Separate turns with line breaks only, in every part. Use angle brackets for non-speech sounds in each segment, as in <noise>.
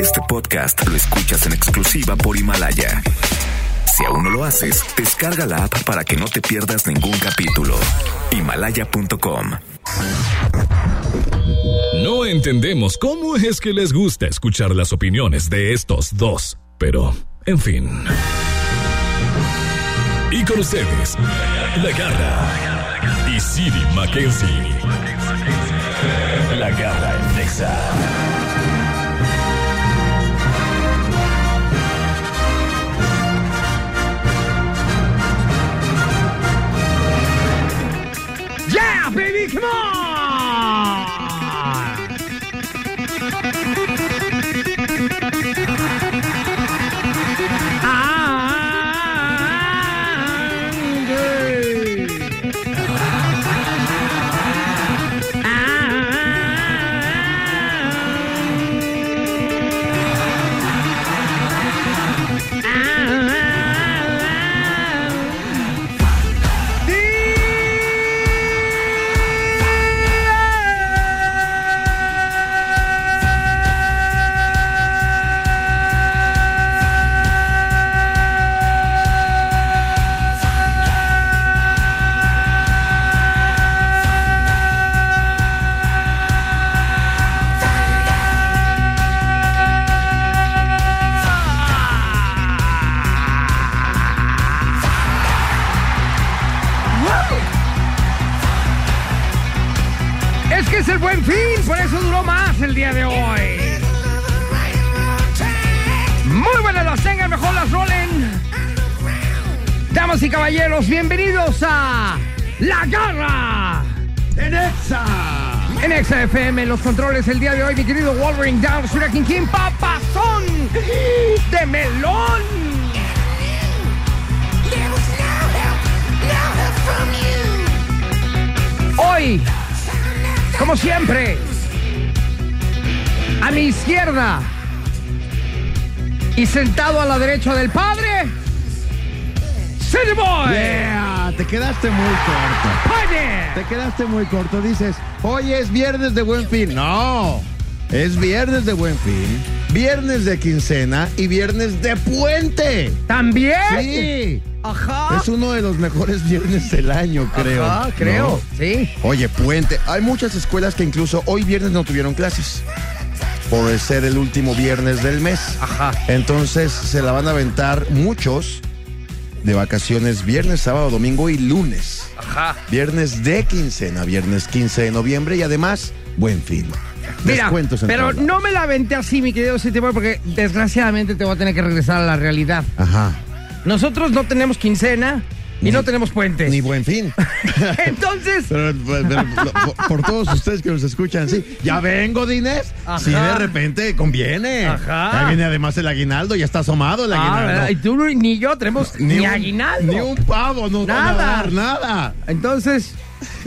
Este podcast lo escuchas en exclusiva por Himalaya. Si aún no lo haces, descarga la app para que no te pierdas ningún capítulo. Himalaya.com.
No entendemos cómo es que les gusta escuchar las opiniones de estos dos, pero, en fin. Y con ustedes, La Garra y Siri Mackenzie. La Garra en Nexa.
Yeah, baby, come on! Angry. Es que es el buen fin, por eso duró más el día de hoy. Muy buenas las tengan, mejor las rolen. Damas y caballeros, bienvenidos a La Garra en Exa. En Exa FM, los controles el día de hoy, mi querido Wolverine Downs, Hurricane King, papazón de melón. Hoy como siempre. A mi izquierda y sentado a la derecha del padre, City Boy.
Yeah, te quedaste muy corto.
Padre.
Te quedaste muy corto. Dices, hoy es viernes de buen fin. No, es viernes de buen fin, viernes de quincena y viernes de puente.
También.
Sí.
Ajá.
Es uno de los mejores viernes del año, creo.
Ajá, creo.
¿no?
Sí.
Oye, puente. Hay muchas escuelas que incluso hoy viernes no tuvieron clases. Por ser el último viernes del mes.
Ajá.
Entonces se la van a aventar muchos de vacaciones viernes, sábado, domingo y lunes.
Ajá.
Viernes de quincena, viernes 15 de noviembre y además, buen fin.
Mira,
Descuentos en
pero
todos lados.
no me la aventé así, mi querido City Boy, porque desgraciadamente te voy a tener que regresar a la realidad.
Ajá.
Nosotros no tenemos quincena y
Ni-
no tenemos puentes.
Ni buen fin.
<laughs> Entonces,
<laughs> Pero, pero, lo- por, por todos ustedes que nos escuchan, sí. Ya vengo, Dinés.
Ajá.
Sí, de repente conviene.
Ajá.
Ya viene además el aguinaldo, ya está asomado el
Ah,
aguinaldo.
¿verdad? y tú ni yo tenemos ni,
un-
aguinaldo.
Ni un pavo, no nada.
Nada.
nada.
Entonces,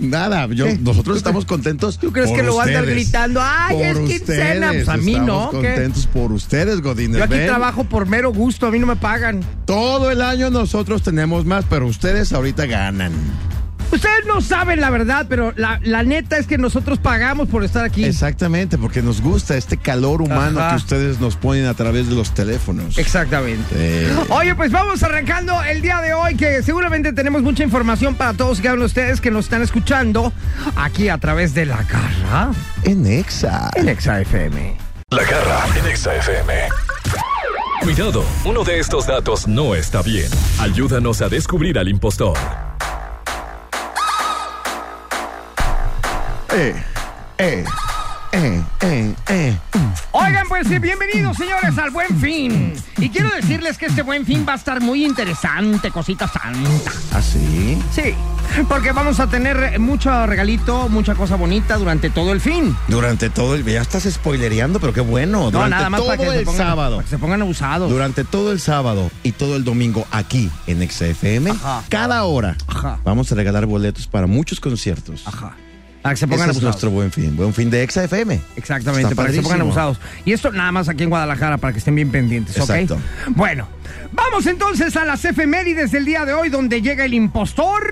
Nada. Yo- nosotros estamos contentos.
¿Tú crees que lo va a andar gritando? ¡Ay,
Por
es quincena! Pues a mí
estamos
no, ¿qué?
contentos por ustedes, Godínez.
yo aquí
Ven,
trabajo por mero gusto, a mí no me pagan.
Todo el año nosotros tenemos más, pero ustedes ahorita ganan.
Ustedes no saben la verdad, pero la, la neta es que nosotros pagamos por estar aquí.
Exactamente, porque nos gusta este calor humano
Ajá.
que ustedes nos ponen a través de los teléfonos.
Exactamente.
Eh,
Oye, pues vamos arrancando el día de hoy, que seguramente tenemos mucha información para todos y cada uno de ustedes que nos están escuchando aquí a través de la garra
en Exa.
en Exa FM.
La Garra en Nexa FM. Cuidado, uno de estos datos no está bien. Ayúdanos a descubrir al impostor.
Eh, eh, eh, eh, eh.
Oigan, pues sí, bienvenidos señores al Buen Fin. Y quiero decirles que este Buen Fin va a estar muy interesante, cosita santa.
¿Ah, ¿Así?
Sí, porque vamos a tener mucho regalito, mucha cosa bonita durante todo el fin.
Durante todo el... Ya estás spoilereando, pero qué bueno.
No,
Durante
nada más
todo
para que, se
el
pongan,
sábado.
para que se pongan abusados.
Durante todo el sábado y todo el domingo aquí en XFM,
Ajá.
cada hora
Ajá.
vamos a regalar boletos para muchos conciertos.
Ajá. Para que se
Ese
pongan
es
abusados.
nuestro buen fin, buen fin de XFM.
Exactamente,
Está
para que se pongan
padrísimo.
abusados. Y esto nada más aquí en Guadalajara, para que estén bien pendientes, ¿ok?
Exacto.
Bueno, vamos entonces a las efemérides del día de hoy, donde llega el impostor.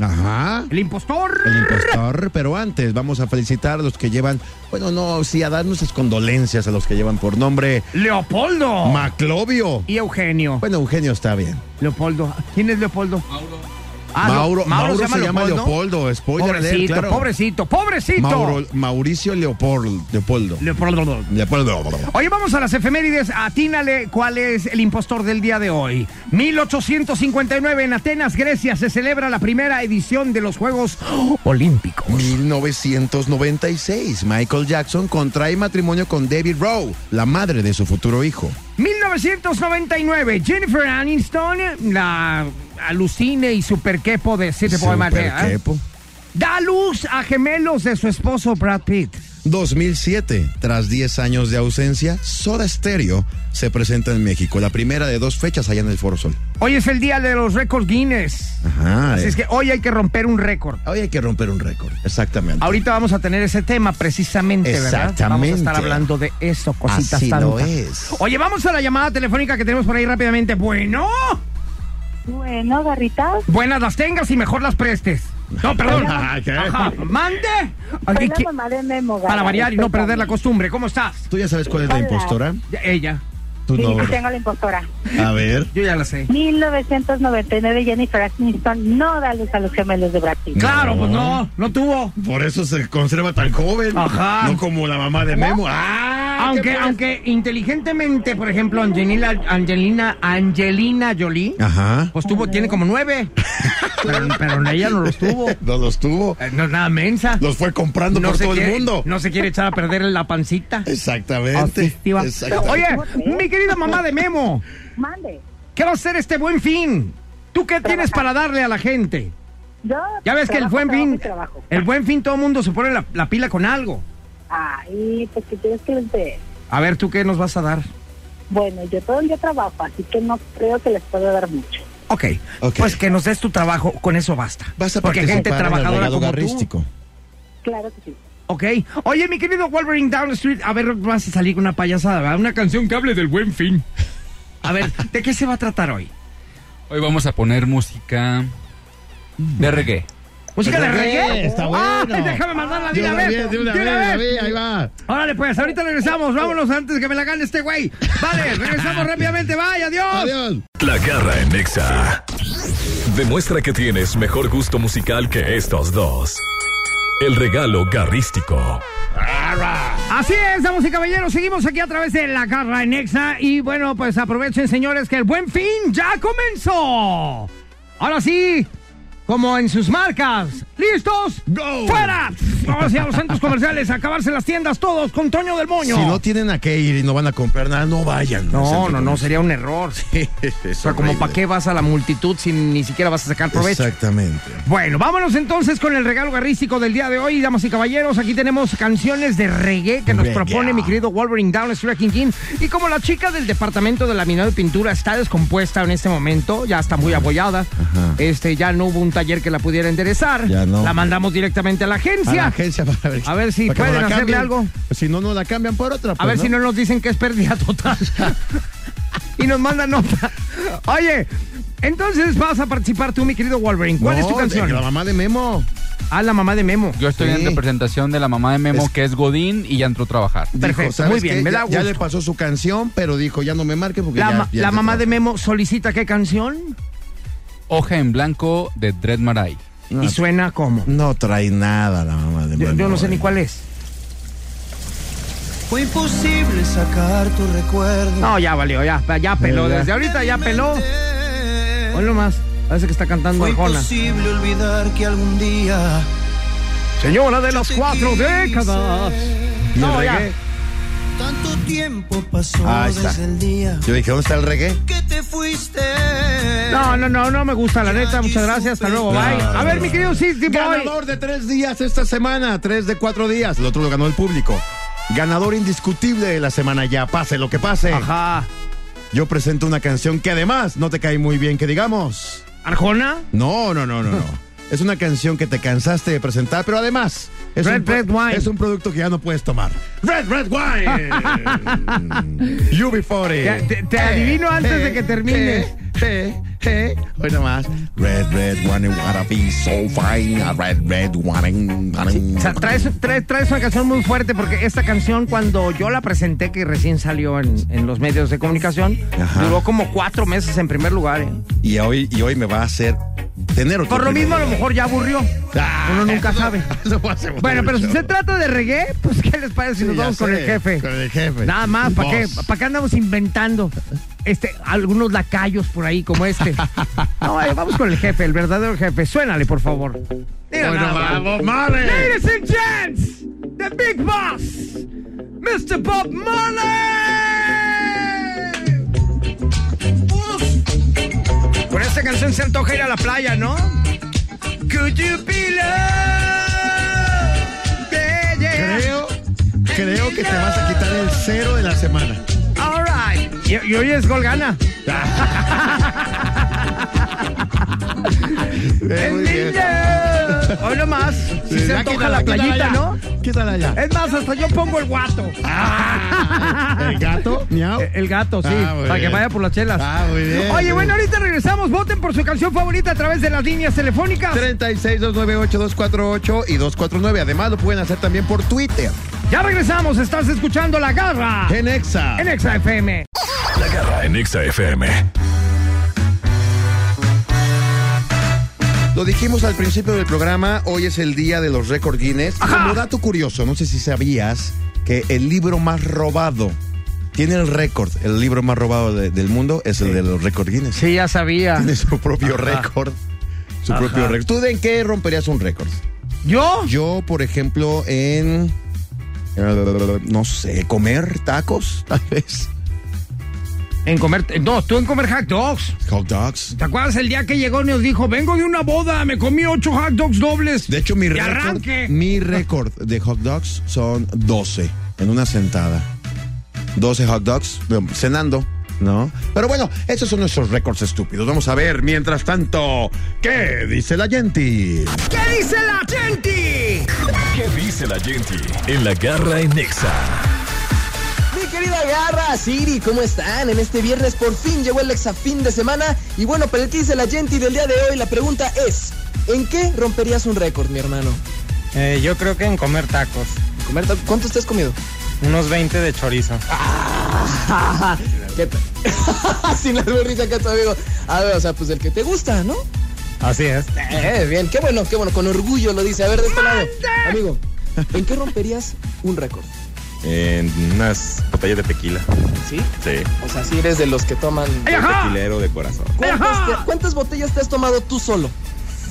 Ajá.
El impostor.
El impostor, pero antes vamos a felicitar a los que llevan, bueno, no, sí, a darnos sus condolencias a los que llevan por nombre
Leopoldo.
Maclovio.
y Eugenio.
Bueno, Eugenio está bien.
Leopoldo. ¿Quién es Leopoldo? Ah, Mauro.
Mauro, Mauro se, llama Leopoldo, spoiler alert,
Pobrecito,
claro.
pobrecito, pobrecito.
Mauro- Mauricio Leopoldo. Leopoldo.
Leopoldo.
Leopoldo.
Oye, vamos a las efemérides. Atínale cuál es el impostor del día de hoy. 1859 en Atenas, Grecia, se celebra la primera edición de los Juegos Olímpicos.
1996, Michael Jackson contrae matrimonio con David Rowe, la madre de su futuro hijo.
1999, Jennifer Aniston, la alucine y superquepo de City Boy Matea, ¿eh?
Superquepo.
da luz a gemelos de su esposo Brad Pitt.
2007, tras 10 años de ausencia, Soda Stereo se presenta en México, la primera de dos fechas allá en el Foro Sol.
Hoy es el día de los récords Guinness.
Ajá.
Así
eh.
es que hoy hay que romper un récord.
Hoy hay que romper un récord. Exactamente.
Ahorita vamos a tener ese tema precisamente, ¿verdad? Vamos a
Exactamente.
estar hablando de eso, cositas
Así
tantas.
lo es.
Oye, vamos a la llamada telefónica que tenemos por ahí rápidamente. Bueno,
Bueno, garritas.
buenas las tengas y mejor las prestes. No, perdón.
<laughs> Ah, ¿qué?
Ajá, mande.
Soy
Ay,
la
¿qué-
mamá de Memo.
Para variar y no perder la
cosa.
costumbre. ¿Cómo estás?
¿Tú ya sabes cuál es la
Hola.
impostora?
Ya- Ella.
Tú
Sí,
no. ¿verdad?
tengo la impostora.
A ver.
Yo ya la sé.
1999, Jennifer Aniston no da luz a los gemelos de Brad Pitt.
Claro, pues no, no tuvo.
Por eso se conserva tan joven.
Ajá.
No como la mamá de Memo. Ah, ¿qué
Aunque,
pasa?
aunque inteligentemente, por ejemplo, Angelina, Angelina, Angelina Jolie,
Ajá.
pues tuvo, tiene como
<laughs>
nueve. pero, pero ella no los tuvo. Eh,
No los tuvo.
No es nada mensa.
Los fue comprando
no
por
se
todo
quiere-
el mundo.
No se quiere echar a perder la pancita.
Exactamente.
Asistiva.
Exactamente.
Oye, mi querida mamá de Memo,
Mande.
¿qué va a hacer este buen fin? ¿Tú qué tienes para darle a la gente?
Yo
Ya ves que el buen
trabajo, trabajo
fin, Eh.
y trabajo.
el buen fin todo mundo se pone la, la pila con algo.
Ay, pues que quieres que les dé.
A ver, ¿tú qué nos vas a dar?
Bueno, yo todo el día trabajo, así que no creo que les pueda dar mucho.
Ok,
Ok.
pues que nos des tu trabajo, con eso basta.
Vas a
Porque
participar
gente
en el
trabajadora
regalo
como tú.
garrístico.
Claro que sí.
Ok, oye mi querido Wolverine Down the Street, a ver, vas a salir con una payasada, ¿verdad? Una canción que hable del buen fin. A ver, ¿de qué se va a tratar hoy?
Hoy vamos a poner música de reggae.
¿Música de
Pero bien,
reggae?
Pues está
Ay,
bueno.
déjame mandarla de
De
una
una
vez.
vez, de una vez, de una vez, ahí va.
Órale, pues,
Oh,
ahorita regresamos. Vámonos antes que me la gane este güey.
<laughs>
Vale, regresamos rápidamente. Vaya,
Adiós.
La garra en Exa. Demuestra que tienes mejor gusto musical que estos dos. El regalo garrístico.
Así es, damas y caballeros, seguimos aquí a través de la garra en Exa y bueno, pues aprovechen señores que el buen fin ya comenzó. Ahora sí, como en sus marcas, listos,
Go.
fuera. Vamos a los centros comerciales, a acabarse las tiendas todos con Toño del Moño.
Si no tienen a qué ir y no van a comprar nada, no vayan.
no, no, no,
<laughs>
sería un error.
O
O sea, como para qué vas a la multitud si ni siquiera vas a sacar provecho.
Exactamente.
Bueno, vámonos entonces con el regalo garrístico del día de hoy, damas y caballeros. Aquí tenemos canciones de reggae que nos
Reggae.
propone mi querido Wolverine Down, King King. Y como la chica del departamento de laminado y pintura está descompuesta en este momento, ya está muy abollada, este, ya no hubo un taller que la pudiera enderezar.
Ya no.
La mandamos directamente a la
A la
agencia.
agencia para ver.
A ver si
para que
pueden
no la
hacerle
cambien.
algo.
Si no, no la cambian por otra.
A
pues,
ver si no nos dicen que es pérdida total. <laughs> y nos mandan nota. Oye, entonces vas a participar tú, mi querido Wolverine. ¿Cuál es tu
No, de-
canción?
La mamá de Memo.
A la mamá de Memo.
Yo estoy
Sí.
en representación de la mamá de Memo,
Es-
que es Godín, y ya entró a trabajar.
Dijo,
Perfecto,
¿sabes
muy bien,
qué?
me da
ya, ya
gusto.
le pasó su canción, pero dijo, ya no me marque porque
La,
ya-
ma-
ya
la
se
mamá de
trabaja.
Memo solicita qué canción
Hoja en blanco de Dread Marai.
No,
y suena como.
No trae nada la mamá de
Yo,
Memo.
yo no sé ni cuál es.
Fue imposible sacar tu recuerdo.
No, ya valió, ya, ya peló.
Ya.
Desde ahorita ya peló. Hoy nomás. Parece que está cantando
Fue
Arjona.
imposible olvidar que algún día.
Señora de las
te
cuatro
quise.
décadas.
¿Y el
No, ya.
reggae?
Tanto tiempo pasó
Ahí está.
desde el día
Yo dije, ¿dónde está el reggae?
que te fuiste.
No, no, no, no me gusta, la neta. Muchas gracias. Hasta luego, bye. A ver, mi querido Sixty Boy.
Ganador de tres días esta semana, tres de cuatro días. El otro lo ganó el público. Ganador indiscutible de la semana ya, pase lo que pase.
Ajá.
Yo presento una canción que además no te cae muy bien que digamos.
¿Arjona?
No, no, no, no, no.
<laughs>
es una canción que te cansaste de presentar, pero además es,
Red,
un, pro-
red wine.
es un producto que ya no puedes tomar. Red Red <laughs> Wine. UB40.
Te- te- te adivino antes de que termines.
eh, eh, ¿Eh? Hoy nomás. Red, red, wanna, wanna be so fine. A Red, red, wanna, wanna-
O sea, traes, traes- traes una canción muy fuerte porque esta canción cuando yo la presenté, que recién salió en, en los medios de comunicación,
Ajá.
duró como cuatro meses en primer lugar. ¿eh?
Y hoy, y hoy me va a hacer tener otro
Por lo mismo
primer
a lo
lugar.
mejor ya aburrió.
Ah, <laughs>
Uno nunca
eso-
sabe.
eso va a <laughs> ser
Bueno, pero si
mucho.
se trata de reggae, pues ¿qué les parece si
Sí,
nos
ya
vamos con
sé,
el jefe?
Con el jefe.
Nada más, ¿para qué,
Vos.
¿para qué andamos inventando este, algunos lacayos por ahí como este?
<laughs>
No, eh, vamos con el jefe, el verdadero jefe. Suénale, por favor. Mira
Bueno,
nada más.
vamos, madre.
Ladies and gents, the big boss, Mr. Bob Marley. Con esta canción se antoja ir a la playa, ¿no? Could you be loved? Yeah, yeah.
Creo, creo que te vas a quitar el cero de la semana.
All right. Y, y hoy es Golgana.
Eh, muy bien.
Hoy nomás. Si
Sí,
se
ya
antoja la
quítala, quítala
playita,
ya.
¿no?
Quítala ya.
Es más, hasta yo pongo el guato.
Ah. ¿El gato? ¿Miau?
Eh, El gato, sí.
Ah, muy
para
bien.
que vaya por las chelas.
Ah, muy bien.
Oye, bueno, ahorita regresamos. Voten por su canción favorita a través de las líneas telefónicas.
36-298-248 y 249. Además, lo pueden hacer también por Twitter.
Ya regresamos. Estás escuchando La Garra
En Exa.
en Exa FM.
La garra en Exa FM.
Lo dijimos al principio del programa, hoy es el día de los récord Guinness.
Ajá.
Como dato curioso, no sé si sabías que el libro más robado tiene el récord. El libro más robado de- del mundo es el de los récord Guinness.
Sí, ya sabía.
Tiene su propio récord. Su propio récord. ¿Tú de en qué romperías un récord?
¿Yo?
Yo, por ejemplo, en. eh, No sé, comer tacos, tal vez.
En comer. No, tú en comer hot dogs.
Hot dogs.
¿Te acuerdas el día que llegó y nos dijo, vengo de una boda, me comí ocho hot dogs dobles?
De hecho, mi
¡De
récord.
arranque!
Mi récord de hot dogs son 12 en una sentada. 12 hot dogs bueno, cenando, ¿no? Pero bueno, esos son nuestros récords estúpidos. Vamos a ver, mientras tanto, ¿qué dice la gente?
¿Qué dice la gente?
¿Qué dice la gente en la garra en Exa?
Mi querida Garra, Siri, ¿cómo están? En este viernes por fin llegó el exa fin de semana. Y bueno, para el que dice la gente del día de hoy, la pregunta es: ¿en qué romperías un récord, mi hermano?
Eh, yo creo que en comer tacos.
Comer ta- ¿Cuánto estás comido?
Unos 20 de chorizo.
Ah, <laughs> ¿Qué tal? Sin la risa acá, tu amigo. A ver, o sea, pues el que te gusta, ¿no?
Así es.
Eh, bien, qué bueno, qué bueno, con orgullo lo dice. A ver, de este lado, amigo, ¿en qué romperías un récord?
En unas botellas de tequila.
¿Sí?
Sí.
O sea, si eres de los que toman.
¡Ay, ajá!
Tequilero de corazón.
¿Cuántas, te- cuántas botellas te has tomado tú solo?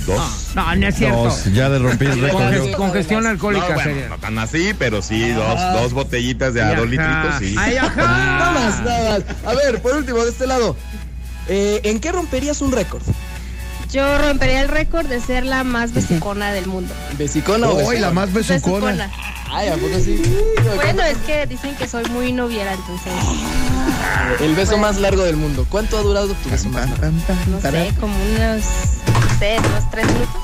Dos.
No, no es cierto.
Dos, ya le rompí el récord.
Conge-
yo.
yo.
congestión alcohólica.
No,
sería.
bueno, no tan así, pero sí, dos, dos botellitas de a
Ay,
dos
Ah.
litritos,
ajá.
sí.
Ay,
<laughs>
<laughs>
ajá.
Nada más, nada más. A ver, por último, de este lado. eh, ¿En qué romperías un récord?
Yo rompería el récord de ser la más besicona del mundo.
¿Besicona o
Hoy
besicona?
la más besucona.
Besucona.
Ay, ¿a poco sí?
Bueno, es que dicen que soy muy noviera, entonces
El beso más largo del mundo. ¿Cuánto ha durado tu beso más largo?
no sé, como unos, no sé, unos tres minutos.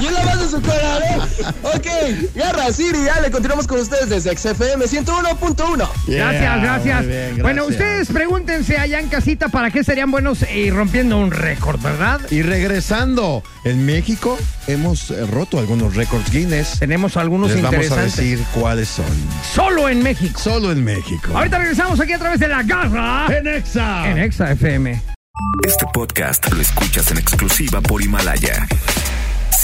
Y es la más de su cola, ¿eh? <laughs> Ok, Garra, Siri, dale, continuamos con ustedes desde XFM 101.1.
Gracias,
Yeah,
gracias.
muy bien,
Bueno,
gracias.
ustedes pregúntense allá en casita para qué serían buenos y rompiendo un récord, ¿verdad?
Y regresando, en México hemos eh, roto algunos récords Guinness.
Tenemos algunos
Les vamos a
interesantes.
decir cuáles son.
Solo en México.
Solo en México.
Ahorita regresamos aquí a través de La Garra
en Exa.
en Exa FM.
Este podcast lo escuchas en exclusiva por Himalaya.